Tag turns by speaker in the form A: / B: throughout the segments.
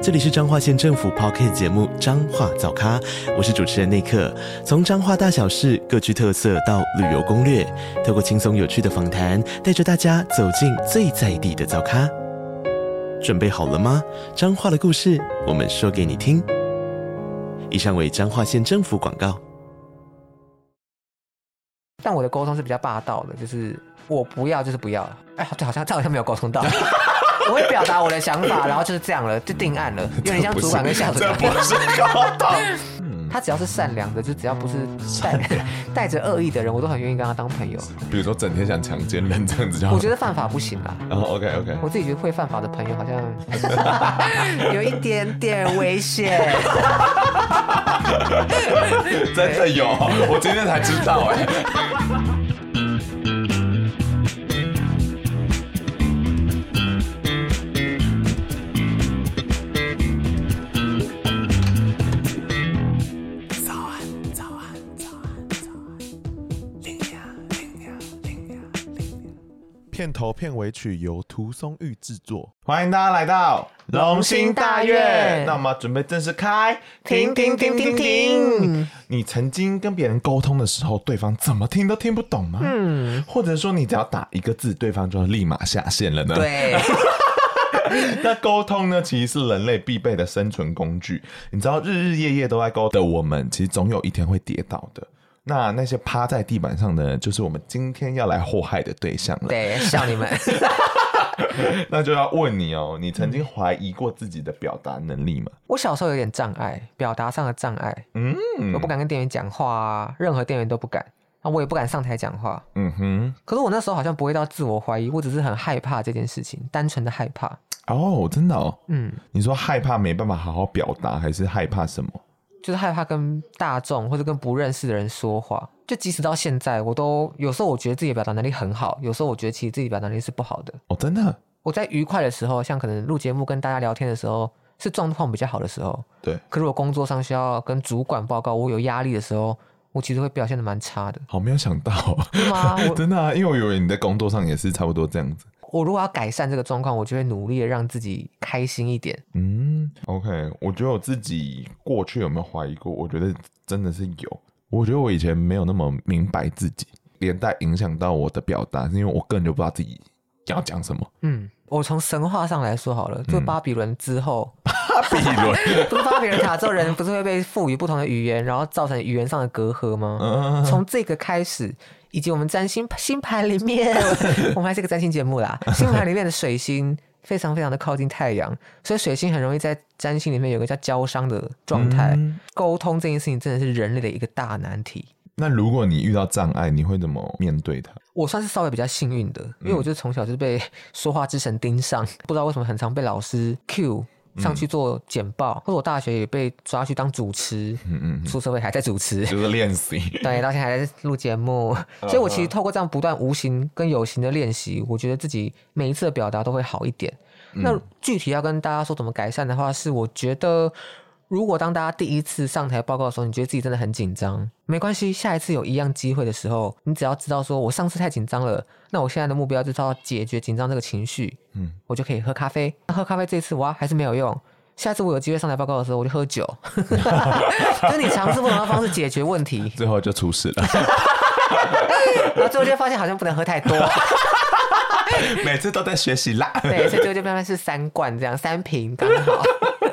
A: 这里是彰化县政府 p o c k t 节目《彰化早咖》，我是主持人内克。从彰化大小事各具特色到旅游攻略，透过轻松有趣的访谈，带着大家走进最在地的早咖。准备好了吗？彰化的故事，我们说给你听。以上为彰化县政府广告。
B: 但我的沟通是比较霸道的，就是我不要就是不要。哎，这好像这好像没有沟 通到。我会表达我的想法，然后就是这样了，就定案 了，有点像主管跟下属。
C: 这不是高 嗯档。
B: 嗯他只要是善良的，就只要不是带 带着恶意的人，我都很愿意跟他当朋友。
C: 比如说整天想强奸人这样子叫，
B: 我觉得犯法不行啦，
C: 然后 OK OK，
B: 我自己觉得会犯法的朋友好 像有一点点危险。
C: 真的有，我今天才知道哎、
D: 片头片尾曲由涂松玉制作。
C: 欢迎大家来到
B: 龙兴大院
C: 那我们准备正式开，
B: 停停停停停！
C: 你曾经跟别人沟通的时候，对方怎么听都听不懂吗？嗯，或者说你只要打一个字，对方就立马下线了呢？。
B: 对，
C: 那沟通呢，其实是人类必备的生存工具。你知道，日日夜夜都在沟通的我们，其实总有一天会跌倒的。那那些趴在地板上的呢，就是我们今天要来祸害的对象了。
B: 对，笑你们。
C: 那就要问你哦，你曾经怀疑过自己的表达能力吗？
B: 我小时候有点障碍，表达上的障碍，
C: 嗯，
B: 我不敢跟店员讲话啊，任何店员都不敢，那我也不敢上台讲话。
C: 嗯哼，
B: 可是我那时候好像不会到自我怀疑，我只是很害怕这件事情，单纯的害怕。
C: 哦，真的哦。
B: 嗯，
C: 你说害怕没办法好好表达，还是害怕什么？
B: 就是害怕跟大众或者跟不认识的人说话。就即使到现在，我都有时候我觉得自己的表达能力很好，有时候我觉得其实自己表达能力是不好的。
C: 哦，真的，
B: 我在愉快的时候，像可能录节目跟大家聊天的时候，是状况比较好的时候。
C: 对，
B: 可是我工作上需要跟主管报告，我有压力的时候，我其实会表现的蛮差的，
C: 好没有想到哦，
B: 是 吗？我
C: 真的、啊，因为我以为你在工作上也是差不多这样子。
B: 我如果要改善这个状况，我就会努力的让自己开心一点。
C: 嗯，OK，我觉得我自己过去有没有怀疑过？我觉得真的是有。我觉得我以前没有那么明白自己，连带影响到我的表达，是因为我根本就不知道自己要讲什么。
B: 嗯，我从神话上来说好了，就巴比伦之后，
C: 嗯比伦，
B: 不是巴比伦塔之后，人不是会被赋予不同的语言，然后造成语言上的隔阂吗？
C: 嗯，
B: 从这个开始，以及我们占星星盘里面， 我们还是个占星节目 啦。星盘里面的水星非常非常的靠近太阳，所以水星很容易在占星里面有个叫交伤的状态。
C: 嗯
B: 沟通这件事情真的是人类的一个大难题。
C: 那如果你遇到障碍，你会怎么面对它？
B: 我算是稍微比较幸运的，因为
C: 嗯
B: 我就从小就被 说话之神盯上，不知道为什么很常被老师 Q 上
C: 嗯
B: 去做简报，或者我大学也被抓去当主持，
C: 嗯嗯，
B: 出社会还在主持，
C: 就是练习。
B: 对，到现在还在录节目，所以我其实透过这样不断无形跟有形的练习，我觉得自己每一次的表达都会好一点。那具体要跟大家说怎么改善的话，是我觉得。如果当大家第一次上台报告的时候，你觉得自己真的很紧张，没关系，下一次有一样机会的时候，你只要知道说，我上次太紧张了，那我现在的目标就是要解决紧张这个情绪，
C: 嗯，
B: 我就可以喝咖啡。那喝咖啡这次哇还是没有用，下次我有机会上台报告的时候，我就喝酒， 就是你尝试不同的方式解决问题。
C: 最后就出事了，
B: 然后最后就发现好像不能喝太 多，
C: 每次都在学习啦。
B: 对，所以最后就慢慢是三罐这样，三瓶刚好。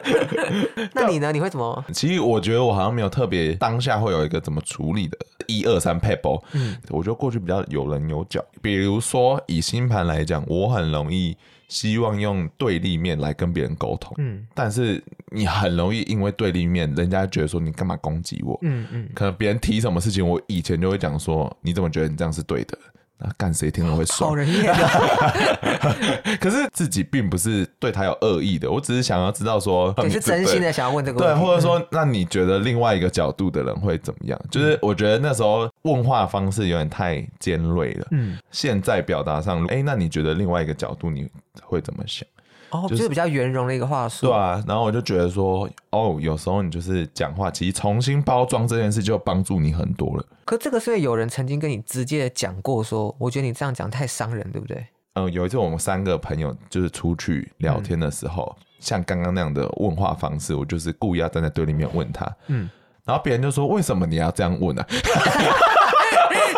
B: 那你呢？你会怎 么？
C: 其实我觉得我好像没有特别当下会有一个怎么处理的一二三 p a p e 嗯，我觉得过去比较有棱有角。比如说以星盘来讲，我很容易希望用对立面来跟别人沟通，
B: 嗯
C: 但是你很容易因为对立面，人家觉得说你干嘛攻击我？
B: 嗯嗯，
C: 可能别人提什么事情，我以前就会讲说，你怎么觉得你这样是对的？啊，干谁听了会
B: 好
C: 爽？
B: 人厌啊，
C: 可是自己并不是对他有恶意的，我只是想要知道说，嗯
B: 对，
C: 你
B: 是真心的想要问这个
C: 对，
B: 问题。
C: 或者说，那你觉得另外一个角度的人会怎么样？就是我觉得那时候问话方式有点太尖锐了。
B: 嗯，
C: 现在表达上，哎、那你觉得另外一个角度你会怎么想？
B: 哦，
C: 就
B: 就是是比较圆融的一个话术。
C: 对啊，然后我就觉得说，哦，有时候你就是讲话，其实重新包装这件事就帮助你很多了。
B: 可这个是因为有人曾经跟你直接地讲过说，我觉得你这样讲太伤人，对不对？
C: 嗯，有一次我们三个朋友就是出去
B: 嗯
C: 聊天的时候，像刚刚那样的问话方式，我就是故意要站在对立面问他，嗯
B: 嗯，
C: 然后别人就说为什么你要这样问呢、啊？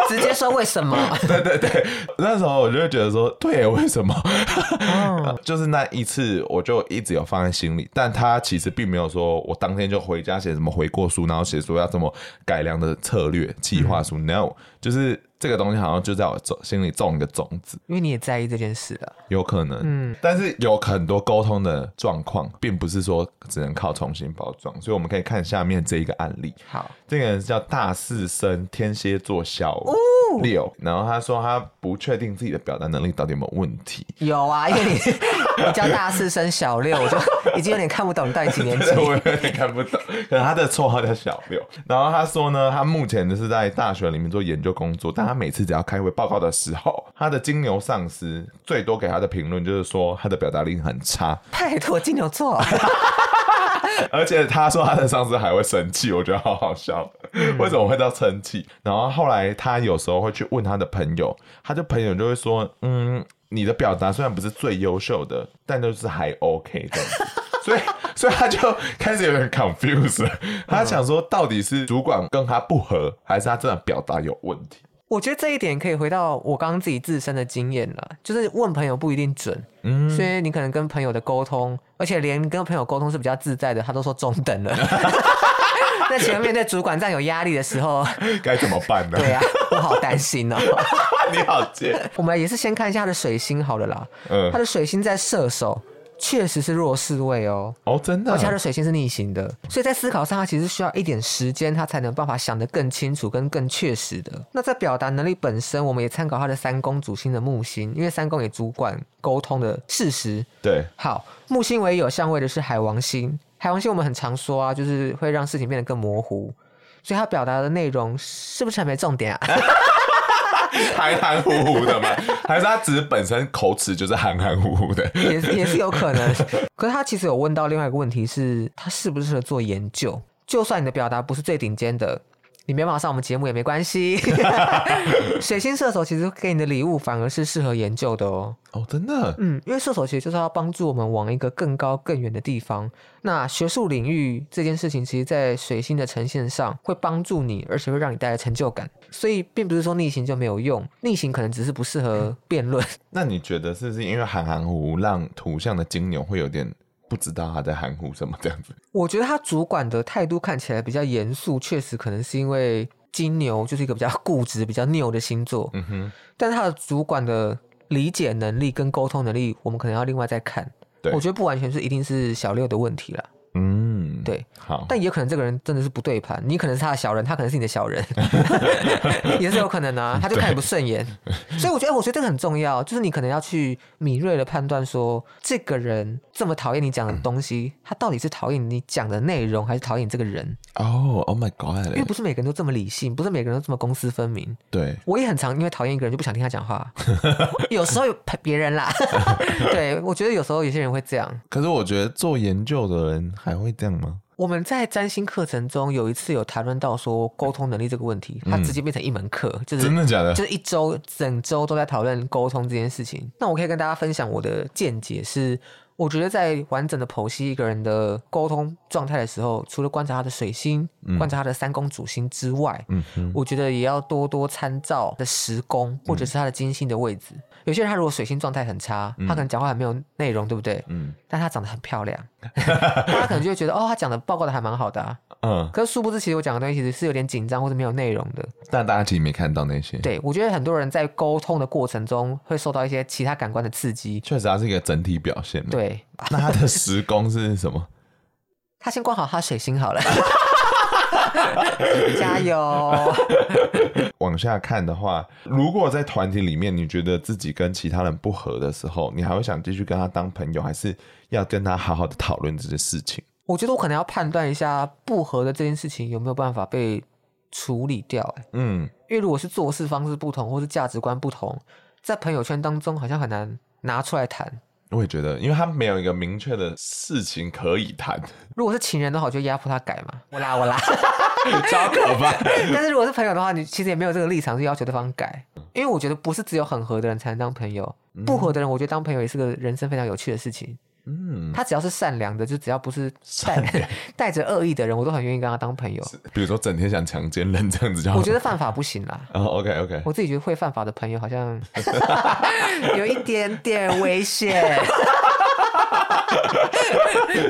B: 直接说为什么？
C: 那时候我就会觉得说，对，为什么？
B: 哦，
C: 就是那一次，我就一直有放在心里，但他其实并没有说我当天就回家写什么悔过书，然后写说要这么改良的策略计划书。No，就是这个东西好像就在我种心里种一个种子，
B: 因为你也在意这件事啊。
C: 有可能。
B: 嗯，
C: 但是有很多沟通的状况，并不是说只能靠重新包装，所以我们可以看下面这一个案例。
B: 好，
C: 这个人叫大四生，天蝎座小六，然后他说他不确定自己的表达能力到底有没有问题，
B: 有啊，因为你 你叫大四升小六，我就已经有点看不懂你到底几年级
C: 对，。我有点看不懂。可能他的绰号叫小六。然后他说呢，他目前就是在大学里面做研究工作，但他每次只要开会报告的时候，他的金牛上司最多给他的评论就是说他的表达力很差，
B: 拜托，金牛座，
C: 而且他说他的上司还会生气，我觉得好好笑。
B: 嗯
C: 为什么会到生气？然后后来他有时候会去问他的朋友，他的朋友就会说：“嗯，你的表达虽然不是最优秀的，但就是还 OK 这样子。”所以，所以他就开始有点 confused，了他想说到底是主管跟他不合，还是他真的表达有问题？
B: 我觉得这一点可以回到我刚刚自己自身的经验了，就是问朋友不一定准，
C: 嗯
B: 所以你可能跟朋友的沟通，而且连跟朋友沟通是比较自在的，他都说中等了。 那前面对主管这样有压力的时候，
C: 该怎么办呢？
B: 对啊，我好担心哦。
C: 你好贱，
B: 我们也是先看一下他的水星好了啦，
C: 嗯
B: 他，的水星在射手，确实是弱势位哦。
C: 哦，真的
B: 而且他的水星是逆行的，所以在思考上，他其实需要一点时间，他才能办法想得更清楚、跟更确实的。那在表达能力本身，我们也参考他的三宫主星的木星，因为三宫也主管沟通的事实。
C: 对，
B: 好，木星唯一有相位的是海王星，海王星我们很常说啊，就是会让事情变得更模糊，所以他表达的内容是不是很没重点啊？
C: 还含糊糊的嘛，还是他只是本身口齿就是含含糊糊的？
B: 也是也是有可能。可是他其实有问到另外一个问题是，他适不适合做研究？就算你的表达不是最顶尖的，你没办法上我们节目也没关系。 水星射手其实给你的礼物反而是适合研究的哦。
C: 哦，真的，
B: 嗯，因为射手其实就是要帮助我们往一个更高更远的地方。那学术领域这件事情，其实，在水星的呈现上会帮助你，而且会让你带来成就感。所以，并不是说逆行就没有用，逆行可能只是不适合辩论。
C: 那你觉得是不是因为含含糊糊让图像的金牛会有点不知道他在含糊什么 这样子？
B: 我觉得他主管的态度看起来比较严肃，确实可能是因为金牛就是一个比较 固执、比较拗的星座，
C: 嗯哼，
B: 但他的主管的理解能力跟沟通能力，我们可能要另外再看。
C: 对
B: 我觉得不完全是一定是小六的问题啦，
C: 嗯，
B: 对，
C: 好，
B: 但也有可能这个人真的是不对盘，你可能是他的小人，他可能是你的小 人，也是有可能啊，他就看你不顺眼， 所以我觉得，我觉得这个很重要，就是你可能要去敏锐的判断说，这个人这么讨厌你讲的东西，他到底是讨厌你讲的内容，还是讨厌你这个人？
C: 哦，Oh my
B: 因为
C: God，
B: 不是每个人都这么理性，不是每个人都这么公私分明。
C: 对，
B: 我也很常因为讨厌一个人就不想听他讲 话，有时候有别人啦，对我觉得有时候有些人会这样。
C: 可是我觉得做研究的人还会这样吗？
B: 我们在占星课程中有一次有谈论到说沟通能力这个问题，它直接变成一门课，就是
C: 嗯真的假的？
B: 嗯就是一周整周都在讨论沟通这件事情。那我可以跟大家分享我的见解是，我觉得在完整的剖析一个人的沟通状态的时候，除了观察他的水星、观察他的三宫主星之外，
C: 嗯哼，
B: 我觉得也要多多参照的时宫或者是他的金星的位置。有些人他如果水星状态很差，他可能讲话很没有内容，对不对？
C: 嗯
B: 但他长得很漂亮，大家可能就会觉得哦，他讲的报告的还蛮好的啊。
C: 嗯，
B: 可是殊不知，其实我讲的东西其实是有点紧张或者没有内容的。
C: 但大家其实没看到那些，，
B: 对我觉得很多人在沟通的过程中会受到一些其他感官的刺激。
C: 确实它是一个整体表现。，
B: 对
C: 那他的时工是什么？
B: 他先关好他水星好了，加油！
C: 往下看的话，如果在团体里面你觉得自己跟其他人不合的时候，你还会想继续跟他当朋友，还是要跟他好好的讨论这件事情？
B: 我觉得我可能要判断一下不合的这件事情有没有办法被处理掉、欸
C: 嗯，
B: 因为如果是做事方式不同，或是价值观不同，在朋友圈当中好像很难拿出来谈。
C: 我也觉得，因为他没有一个明确的事情可以谈，
B: 如果是情人的话，我就压迫他改嘛，我啦我啦。
C: 超可怕。
B: 但是如果是朋友的话，你其实也没有这个立场去要求对方改，因为我觉得不是只有很合的人才能当朋友，不合的人，我觉得当朋友也是个人生非常有趣的事情。
C: 嗯，
B: 他只要是善良的，就只要不是带 带着恶意的人，我都很愿意跟他当朋友。
C: 比如说整天想强奸人这样子就好，
B: 我觉得犯法不行啦，
C: 哦，OK OK，
B: 我自己觉得会犯法的朋友好像 有一点点危险。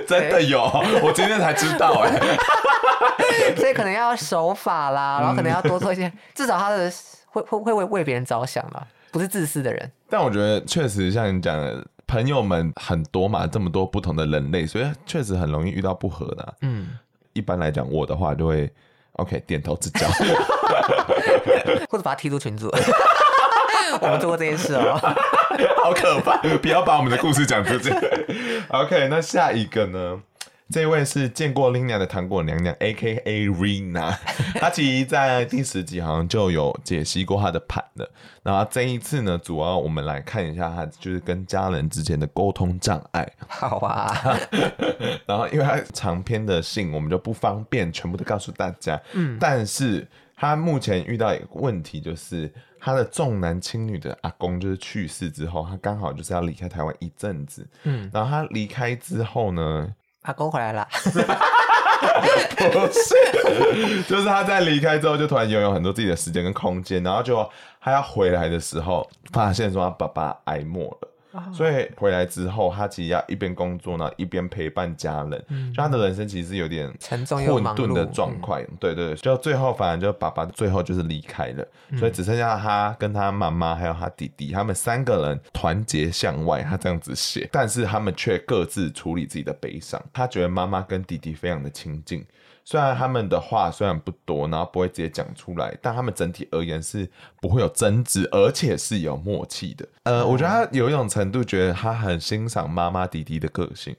C: 真的有，我今天才知道哎、
B: 所以可能要守法
C: 嗯
B: 啦，然后可能要多做一些， 至少他的会会会为为别人着想啦，不是自私的人。
C: 但我觉得确实像你讲的，朋友们很多嘛，这么多不同的人类，所以确实很容易遇到不合的啊、
B: 嗯，
C: 一般来讲，我的话就会 OK 点头之交，
B: 或者把他踢出群组。 我们做过这件事哦。
C: 好可怕！不要把我们的故事讲出去。OK，那下一个呢？这位是见过 Lina 的糖果娘娘，A.K.A. Rina。她 其实在第十集好像就有解析过她的盘了。然后这一次呢，主要我们来看一下她就是跟家人之间的沟通障碍。
B: 好啊，
C: 然后因为他长篇的信，我们就不方便全部都告诉大家。嗯，但是他目前遇到一个问题，就是他的重男轻女的阿公就是去世之后，他刚好就是要离开台湾一阵子。
B: 嗯，
C: 然后他离开之后呢，
B: 阿公回来啦。
C: 不是，就是他在离开之后，就突然拥有很多自己的时间跟空间，然后就他要回来的时候，发现说他爸爸癌末了。
B: 哦
C: 所以回来之后，他其实要一边工作，然后一边陪伴家人，就他的人生其实是有点
B: 嗯沉重又
C: 混
B: 忙
C: 沌的
B: 碌嗯
C: 状况。对对，对就最后反正就爸爸最后就是离开了，
B: 嗯
C: 所以只剩下他跟他妈妈还有他弟弟，他们三个人团结向外，他这样子写，但是他们却各自处理自己的悲伤。他觉得妈妈跟弟弟非常的亲近。虽然他们的话虽然不多，然后不会直接讲出来，但他们整体而言是不会有争执，而且是有默契的。呃，我觉得他有一种程度觉得他很欣赏妈妈弟弟的个性，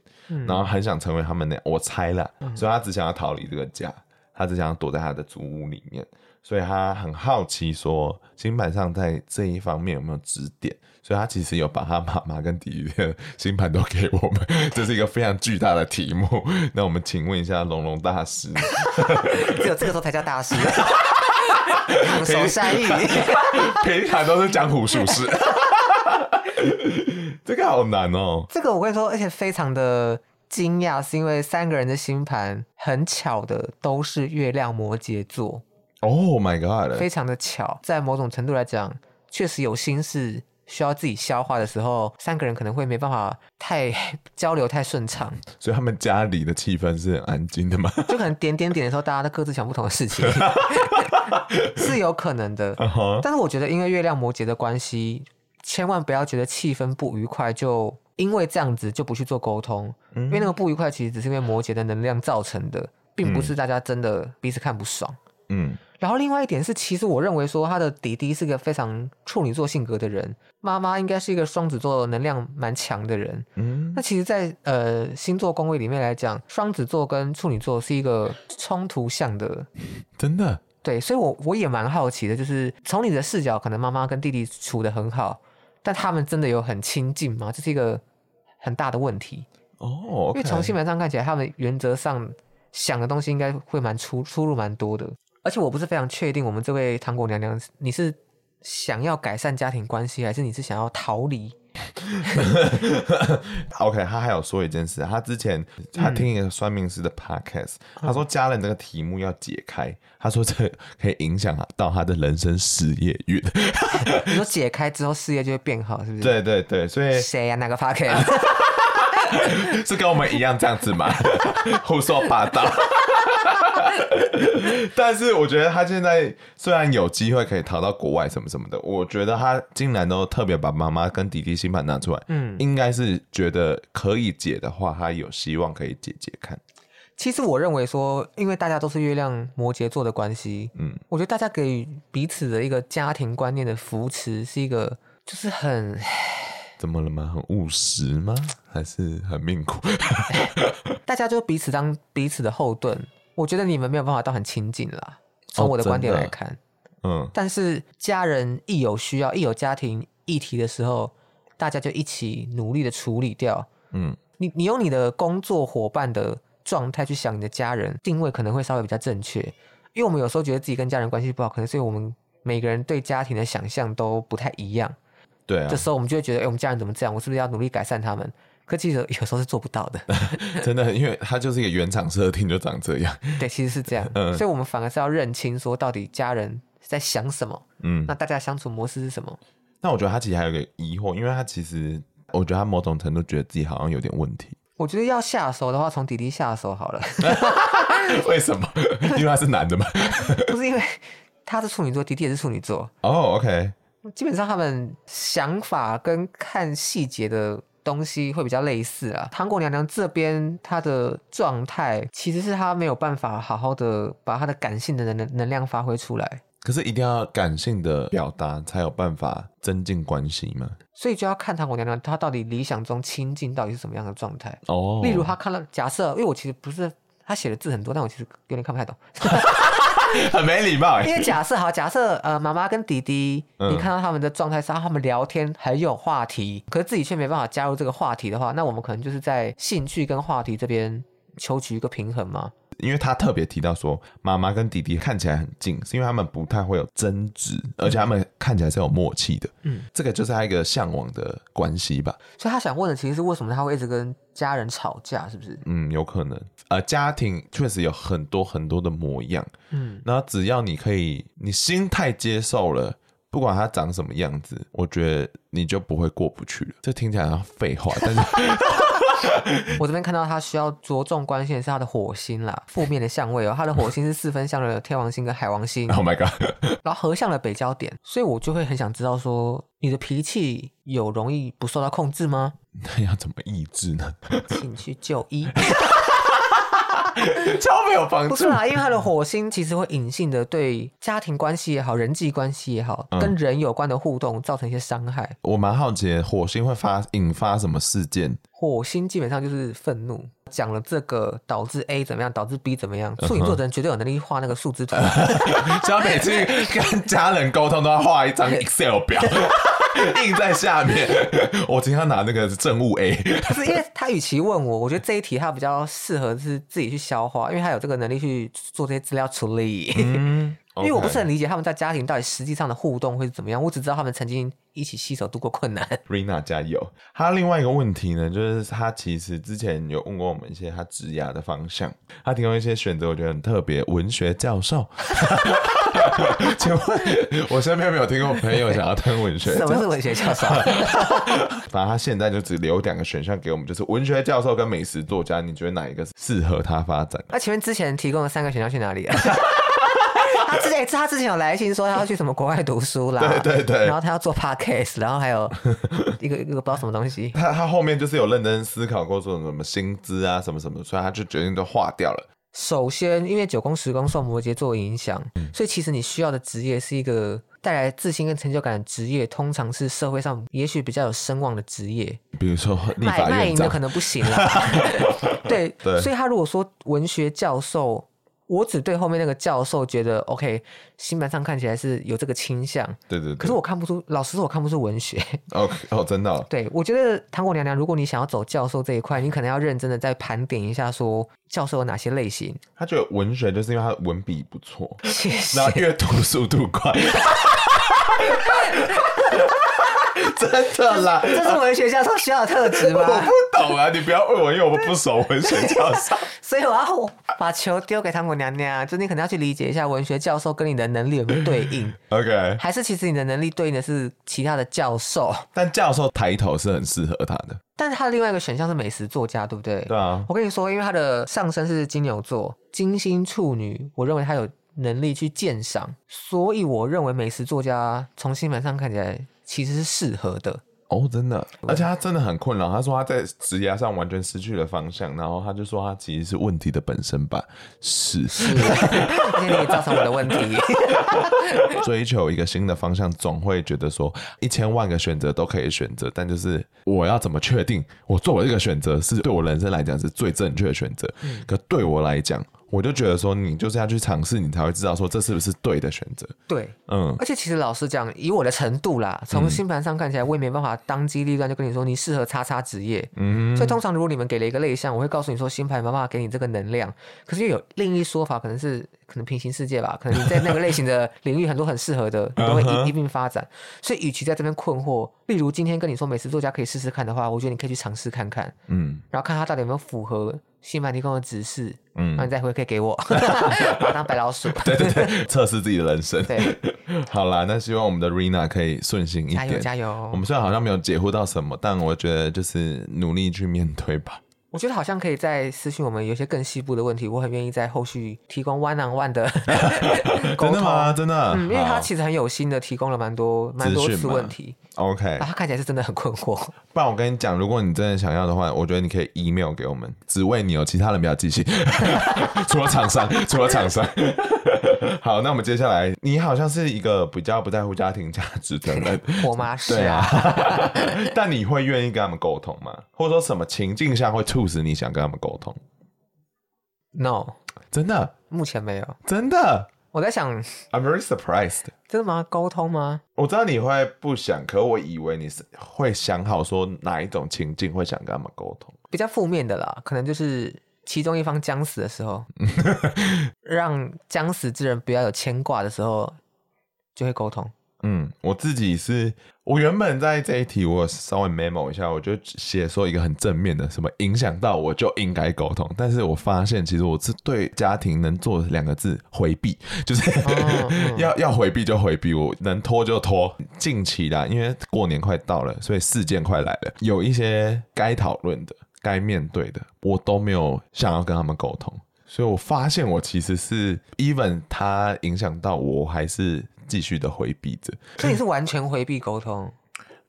C: 然后很想成为他们那样。我猜啦，所以他只想要逃离这个家，他只想要躲在他的祖屋里面，所以他很好奇说新版上在这一方面有没有指点。所以他其实有把他妈妈跟弟弟的星盘都给我们， 这是一个非常巨大的题目。那我们请问一下龙龙大师，
B: 只有这个时候才叫大师。烫手山芋，
C: 平常都是讲虎术事， 这个好难哦。
B: 这个我跟你说，而且非常的惊讶，是因为三个人的星盘很巧的都是月亮摩羯座，
C: Oh my god！
B: 非常的巧。在某种程度来讲，确实有心事需要自己消化的时候，三个人可能会没办法太交流太顺畅，
C: 所以他们家里的气氛是很安静的嘛？
B: 就可能点点点的时候，大家都各自想不同的事情，是有可能的。
C: 嗯哼
B: 但是我觉得，因为月亮摩羯的关系，千万不要觉得气氛不愉快就因为这样子就不去做沟通，因为那个不愉快其实只是因为摩羯的能量造成的，并不是大家真的彼此看不爽。
C: 嗯
B: 然后另外一点是，其实我认为说他的弟弟是个非常处女座性格的人，妈妈应该是一个双子座能量蛮强的人。
C: 嗯
B: 那其实在，呃星座宫位里面来讲，双子座跟处女座是一个冲突向的，
C: 真的
B: 对，所以我我也蛮好奇的，就是从你的视角，可能妈妈跟弟弟处的很好，但他们真的有很亲近吗？这是一个很大的问题，
C: 哦
B: 因为 从星盘上看起来，他们原则上想的东西应该会蛮出出入蛮多的，而且我不是非常确定，我们这位糖果娘娘，你是想要改善家庭关系，还是你是想要逃离？
C: OK，他还有说一件事，他之前他听一个算命师的 podcast，、他说家人这个题目要解开，他说这可以影响到他的人生事业运。
B: 你说解开之后事业就会变好，是不是？
C: 对对对，所以
B: 谁呀、哪个 p o c k e t
C: 是跟我们一样这样子吗？胡说八道。 但是我觉得他现在虽然有机会可以逃到国外什么什么的，我觉得他竟然都特别把妈妈跟弟弟星盘拿出来，
B: 嗯，
C: 应该是觉得可以解的话，他有希望可以解解看。
B: 其实我认为说，因为大家都是月亮摩羯座的关系，
C: 嗯，
B: 我觉得大家给予彼此的一个家庭观念的扶持，是一个就是很
C: 怎么了吗？很务实吗？还是很命苦？
B: 大家就彼此当彼此的后盾。我觉得你们没有办法到很亲近啦，从我的观点
C: 哦真的
B: 来看。
C: 嗯，
B: 但是家人一有需要、一有家庭议题的时候，大家就一起努力的处理掉。
C: 嗯，
B: 你你用你的工作伙伴的状态去想你的家人，定位可能会稍微比较正确。因为我们有时候觉得自己跟家人关系不好，可能所以我们每个人对家庭的想象都不太一样。
C: 对啊
B: 这，时候我们就会觉得，哎、我们家人怎么这样？我是不是要努力改善他们？可其实有时候是做不到的，
C: 真的，因为它就是一个原厂设定就长这样。
B: 对，其实是这样
C: 嗯，
B: 所以我们反而是要认清说到底家人在想什么，
C: 嗯
B: 那，大家相处模式是什么？
C: 那我觉得他其实还有一个疑惑，因为他其实我觉得他某种程度觉得自己好像有点问题。
B: 我觉得要下手的话，从弟弟下手好了，
C: 为什么？ 因为他是男的嘛。
B: 不是因为他是处女座，弟弟也是处女座，
C: 哦、o k
B: 基本上他们想法跟看细节的东西会比较类似啊。糖果娘娘这边她的状态其实是她没有办法好好的把她的感性的能能量发挥出来，
C: 可是一定要感性的表达，才有办法增进关系嘛。
B: 所以就要看糖果娘娘她到底理想中亲近到底是什么样的状态。
C: 哦
B: 例如她看到假设，因为我其实不是她写的字很多，但我其实有点看不太懂。
C: 很 没礼貌
B: 因
C: 哎。
B: 为假设好，假设呃，妈妈跟弟弟，
C: 嗯
B: 你看到他们的状态是啊他们聊天很有话题，可是自己却没办法加入这个话题的话，那我们可能就是在兴趣跟话题这边求取一个平衡嘛。
C: 因为他特别提到说，妈妈跟弟弟看起来很近，是因为他们不太会有争执，而且他们看起来是有默契的。
B: 嗯，
C: 这个就是他一个向往的关系吧。
B: 所以他想问的其实是为什么他会一直跟家人吵架，是不是？
C: 嗯，有可能。呃，家庭确实有很多很多的模样，
B: 嗯，
C: 然后只要你可以，你心态接受了，不管它长什么样子，我觉得你就不会过不去了。这听起来好像废话，但是
B: 我这边看到他需要着重关心的是他的火星啦，负面的相位哦，他的火星是四分相的天王星跟海王 星，
C: ，Oh my god，
B: 然后合相的北交点，所以我就会很想知道说，你的脾气有容易不受到控制吗？
C: 那要怎么抑制呢？
B: 请去就医。
C: 超没有帮
B: 不
C: 助
B: 是。啊啦，因为他的火星其实会隐性的对家庭关系也好、人际关系也好，
C: 嗯
B: 跟人有关的互动造成一些伤害。
C: 我蛮好奇的，火星会发引发什么事件？
B: 火星基本上就是愤怒，讲了这个导致 A 怎么样，导致 B 怎么样。
C: 哼
B: 处女座的人绝对有能力画那个数字图，
C: 只要每次跟家人沟通都要画一张 Excel 表，印在下面。我经常拿那个政务 A，
B: 可是因为他与其问我，我觉得这一题他比较适合是自己去消化，因为他有这个能力去做这些资料处理。
C: 嗯，
B: 因为我不是很理解他们在家庭到底实际上的互动会是怎么样，我只知道他们曾经一起携手度过困难。
C: Rina 加油！他另外一个问题呢，就是他其实之前有问过我们一些他职涯的方向，他提供一些选择，我觉得很特别。文学教 授，请问我身边没有听过朋友想要当文学
B: 什
C: 教
B: 么
C: 授
B: 是，文学教授？
C: 反正他现在就只留两个选项给我们，就是文学教授跟美食作家，你觉得哪一个适合他发展？
B: 那前面之前提供的三个选项去哪里了？ 他之前他之前有来信说他要去什么国外读书啦，
C: 对对对
B: 然后他要做 podcast，然后还 有一个一个不知道什么东西。
C: 他他后面就是有认真思考过说什么薪资啊什么什么，所以他就决定都划掉了。
B: 首先，因为九宫十宫受摩羯座影响，
C: 嗯
B: 所以其实你需要的职业是一个带来自信跟成就感的职业，通常是社会上也许比较有声望的职业。
C: 比如说立
B: 卖
C: 法
B: 卖
C: 院
B: 淫的
C: 长
B: 可，能不行 啦。对，
C: 对
B: 所以他如果说文学教授，我只对后面那个教授觉得 OK，新版上看起来是有这个倾向，
C: 对对对。
B: 可是我看不出，老实说，我看不出文学。
C: 哦哦，真的哦、
B: 对我觉得糖果娘娘，如果你想要走教授这一块，你可能要认真的再盘点一下，说教授有哪些类型。
C: 他觉得文学就是因为他的文笔不错，
B: 谢谢
C: 然。后阅读速度 快，真的啦，
B: 这是文学教授需要的特质吗
C: 我？不懂啊，你不要问我，因为我不熟文学教授。
B: 所以我要把球丢给糖果娘娘，就你可能要去理解一下文学教授跟你的能力有没有对应，
C: OK，
B: 还是其实你的能力对应的是其他的教授？
C: 但教授抬头是很适合他的，
B: 但是他的另外一个选项是美食作家，对不对？
C: 对啊，
B: 我跟你说，因为他的上身是金牛座，金星处女，我认为他有能力去鉴 赏，所以我认为美食作家从星盘上看起来其实是适合的。
C: 哦，真的，而且他真的很困扰。他说他在职涯上完全失去了方向，然后他就说他其实是问题的本身吧， 是
B: 而且你也造成我的问题。
C: 追求一个新的方向，总会觉得说一千万个选择都可以选择，但就是我要怎么确定我做我这个选择是对我人生来讲是最正确的选择？
B: 嗯
C: 可对我来讲，我就觉得说你就是要去尝试，你才会知道说这是不是对的选择。
B: 对，
C: 嗯，
B: 而且其实老实讲，以我的程度啦，从星盘上看起来，我也没办法当机立断就跟你说你适合叉叉职业。嗯，所以通常如果你们给了一个类项，我会告诉你说星盘没办法给你这个能量。可是又有另一说法，可能是可能平行世界吧，可能你在那个类型 的领域很多很适合的，你都会
C: 嗯哼
B: 一一并发展。所以与其在这边困惑，例如今天跟你说美食作家可以试试看的话，我觉得你可以去尝试看看，
C: 嗯
B: 然后看他到底有没有符合星盘提供的指示，然后
C: 嗯
B: 你，再回馈给 我，把我当白老鼠。
C: 对对对，测试自己的人生。
B: 对，
C: 好啦，那希望我们的 Rina 可以顺心 一
B: 加油
C: 点。
B: 加油！
C: 我们虽然好像没有解惑到什么，但我觉得就是努力去面对 吧。
B: 我觉得好像可以再私信我们有一些更细部的问题，我很愿意在后续提供 one on one 的沟通。
C: 真的吗？？真的，
B: 嗯，因为他
C: 好
B: 其实很有心的提供了蛮多蛮多次问题，
C: OK
B: 啊，。他看起来是真的很困惑。
C: 不然我跟你讲，如果你真的想要的话，我觉得你可以 email 给我们，只为你有哦其他人不要寄信， 除了厂商， 除了厂商。好，那我们接下来，你好像是一个比较不在乎家庭价值的 人，
B: 我妈是
C: 对啊， 但你会愿意跟他们沟通吗？或者说什么情境下会促使你想跟他们沟通？
B: ，no，
C: 真的，
B: 目前没有。
C: 真的
B: 我在想，
C: ，I'm very surprised。
B: 真的吗？沟通吗？
C: 我知道你会不想，可我以为你是会想好说哪一种情境会想跟他们沟通。
B: 比较负面的啦，可能就是其中一方将死的时 候，让将死之人不要有牵挂的时候，就会 沟通。
C: 嗯，我自己是，我原本在这一题我有稍微 memo 一下，我就写说一个很正面的，什么影响到我就应该沟通。但是我发现其实我是对家庭能做两个字回避，就是、
B: 哦嗯
C: 要要回避就回避，我能拖就拖。近期啦，因为过年快到了，所以事件快来了，有一些该讨论的、该面对的，我都没有想要跟他们沟通。所以我发现我其实是，even 它影响到我，我还是继续的回避着。
B: 所以你是完全回避沟通，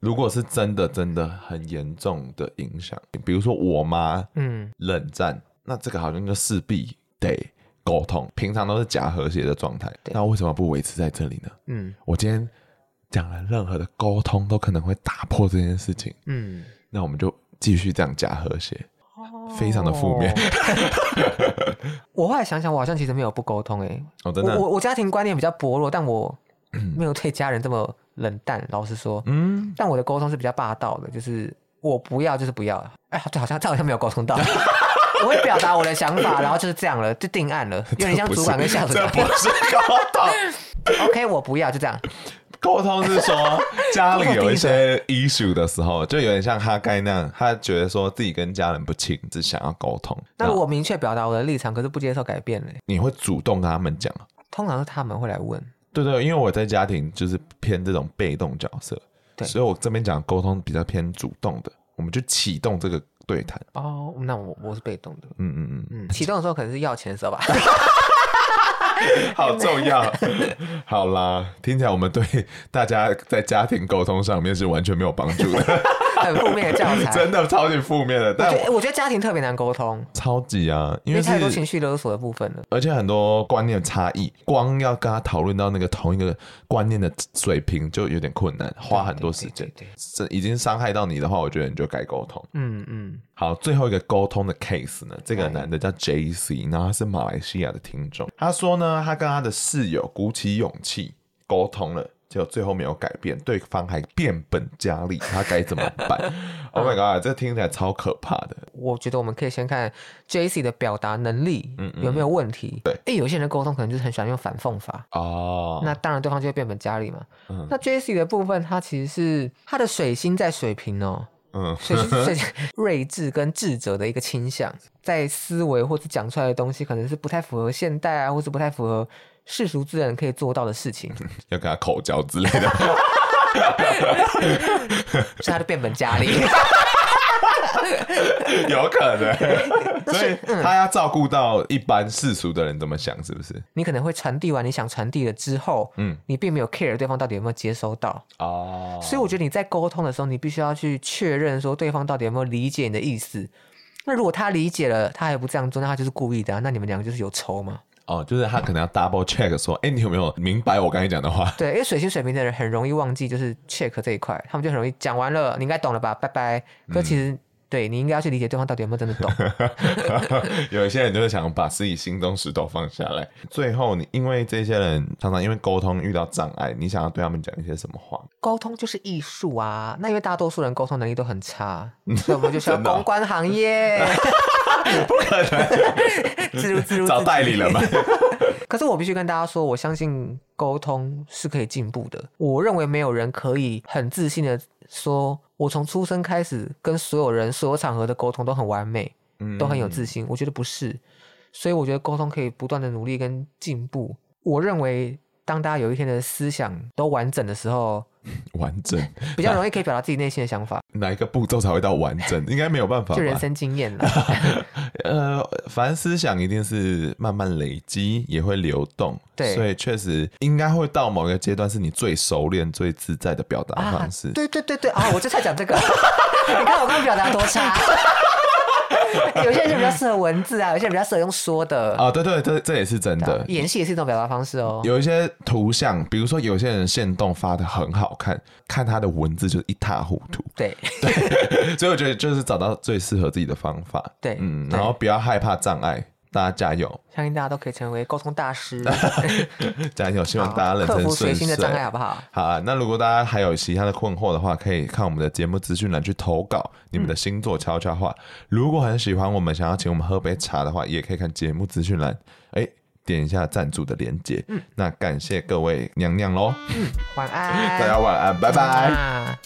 C: 如果是真的真的很严重的影响，比如说我妈
B: 嗯，
C: 冷战，那这个好像就势必得沟通。平常都是假和谐的状态，
B: 对
C: 那为什么不维持在这里呢？
B: 嗯
C: 我今天讲了任何的沟通，都可能会打破这件事情。
B: 嗯，
C: 那我们就继续这样假和谐，
B: 哦
C: 非常的负面。
B: 我后来想想，我好像其实没有不沟通诶、欸
C: 哦，真的
B: 我，我我家庭观念比较薄弱，但我没有对家人这么冷淡。老实说，
C: 嗯，
B: 但我的沟通是比较霸道的，就是我不要就是不要。哎，这好像这好像没有沟通 到。我会表达我的想法，然后就是这样了，就定案了， 有点像主管跟下属。
C: 这不是沟 通，
B: OK，我不要，就这 样。
C: 沟通是说家里有一
B: 沟
C: 些 issue 的时候，就有点像哈盖那样，他觉得说自己跟家人不亲，只想要沟通。
B: 那
C: 然
B: 如
C: 后
B: 果明确表达我的立场，可是不接受改变嘞，
C: 你会主动跟他们讲？啊
B: 通常是他们会来问。
C: 对对，因为我在家庭就是偏这种被动角色，
B: 对
C: 所以我这边讲沟通比较偏主动的，我们就启动这个对谈。
B: 哦，那我我是被动的。
C: 嗯嗯嗯。
B: 嗯，启动的时候可能是要钱的时候吧。
C: 好重要。嗯 好啦，听起来我们对大家在家庭沟通上面是完全没有帮助的，
B: 很负面的教材。
C: 真的超级负面的。
B: 我
C: 但
B: 觉
C: 我
B: 得我觉得家庭特别难沟通，
C: 超级啊，
B: 因
C: 因为
B: 为
C: 是
B: 太多情绪勒索的部分了。
C: 而且很多观念差异，光要跟他讨论到那个同一个观念的水平就有点困难，花很多时间
B: 对。对对对
C: 这已经伤害到你的话，我觉得你就该沟通。
B: 嗯嗯，
C: 好，最后一个沟通的 case 呢，这个男的叫 J C，然后他是马来西亚的听众。他说呢，他跟他的室友鼓起勇气沟通了，结果最后没有改变，对方还变本加厉，他该怎么 办？Oh my god，这听起来超可怕的。
B: 我觉得我们可以先看 J C 的表达能力有没有问题。
C: 对
B: 因为有些人沟通可能就是很喜欢用反讽法，
C: 哦，
B: 那当然对方就会变本加厉嘛。那 J C 的部分，他其实是他的水星在水瓶哦。
C: 嗯
B: 水星是水星睿智跟智者的一个倾向，在思维或者讲出来的东西，可能是不太符合现代啊，或是不太符合世俗之人可以做到的事情，
C: 要跟他口交之类的。
B: 所以他就变本加厉。
C: 有可 能，所以
B: 嗯
C: 他要照顾到一般世俗的人怎么想，是不是？
B: 你可能会传递完你想传递的之后，
C: 嗯
B: 嗯，你并没有 care 对方到底有没有接收到，
C: 哦，
B: 所以我觉得你在沟通的时候，你必须要去确认说对方到底有没有理解你的意思。那如果他理解了，他还不这样做，那他就是故意的、啊。那你们两个就是有仇嘛？
C: 哦，就是他可能要 double check 说，哎、你有没有明白我刚才讲的话？
B: 对，因为水星水平的人很容易忘记，就是 check 这一块，他们就很容易讲完了，你应该懂了吧？拜拜。可其
C: 嗯
B: 实、对你应该要去理解对方到底有没有真的 懂。
C: 有一些人就是想把自己心中石头放下来。最后，你因为这些人常常因为沟通遇到障碍，你想要对他们讲一些什么话？
B: 沟通就是艺术啊，那因为大多数人沟通能力都很差，所以我们就需要
C: 真的哦
B: 公关行业
C: 不可能，
B: 自如自如
C: 找代理人嘛？
B: 可是我必须跟大家说，我相信沟通是可以进步的。我认为没有人可以很自信的说，我从出生开始跟所有人、所有场合的沟通都很完美，
C: 嗯
B: 都很有自信。我觉得不是，所以我觉得沟通可以不断的努力跟进步。我认为，当大家有一天的思想都完整的时候，
C: 嗯完整，
B: 比较容易可以表达自己内心的想法，
C: 哪一个步骤才会到完整？应该没有办法吧
B: 就人生经验了。
C: 呃，反正思想一定是慢慢累积，也会流动，
B: 对
C: 所以确实应该会到某一个阶段，是你最熟练、最自在的表达方式。
B: 啊。对对对对啊！我就在讲这个， 你看我刚刚表达多差。 有些人就比较适合文字啊，有些人比较适合用说的。啊
C: 啊，对对，这这也是真的。
B: 演戏也是一种表达方式哦。
C: 有一些图像，比如说有些人线动发的很好看，看他的文字就是一塌糊 涂，
B: 对
C: 所以我觉得就是找到最适合自己的方法。
B: 对
C: 嗯，
B: 对
C: 然后不要害怕障碍，大家加油，
B: 相信大家都可以成为沟通大师，
C: 加 油！希望大家人
B: 克
C: 生
B: 服
C: 顺
B: 学心。
C: 遂
B: 的障碍，好不哦好？
C: 好啊，那如果大家还有其他的困惑的话，可以看我们的节目资讯栏去投稿你们的星座悄悄话。如果很喜欢我们，想要请我们喝杯茶的话，也可以看节目资讯栏，哎、点一下赞助的连接。
B: 嗯
C: 那感谢各位娘娘喽，
B: 晚安，
C: 大家晚安，拜拜。
B: 啊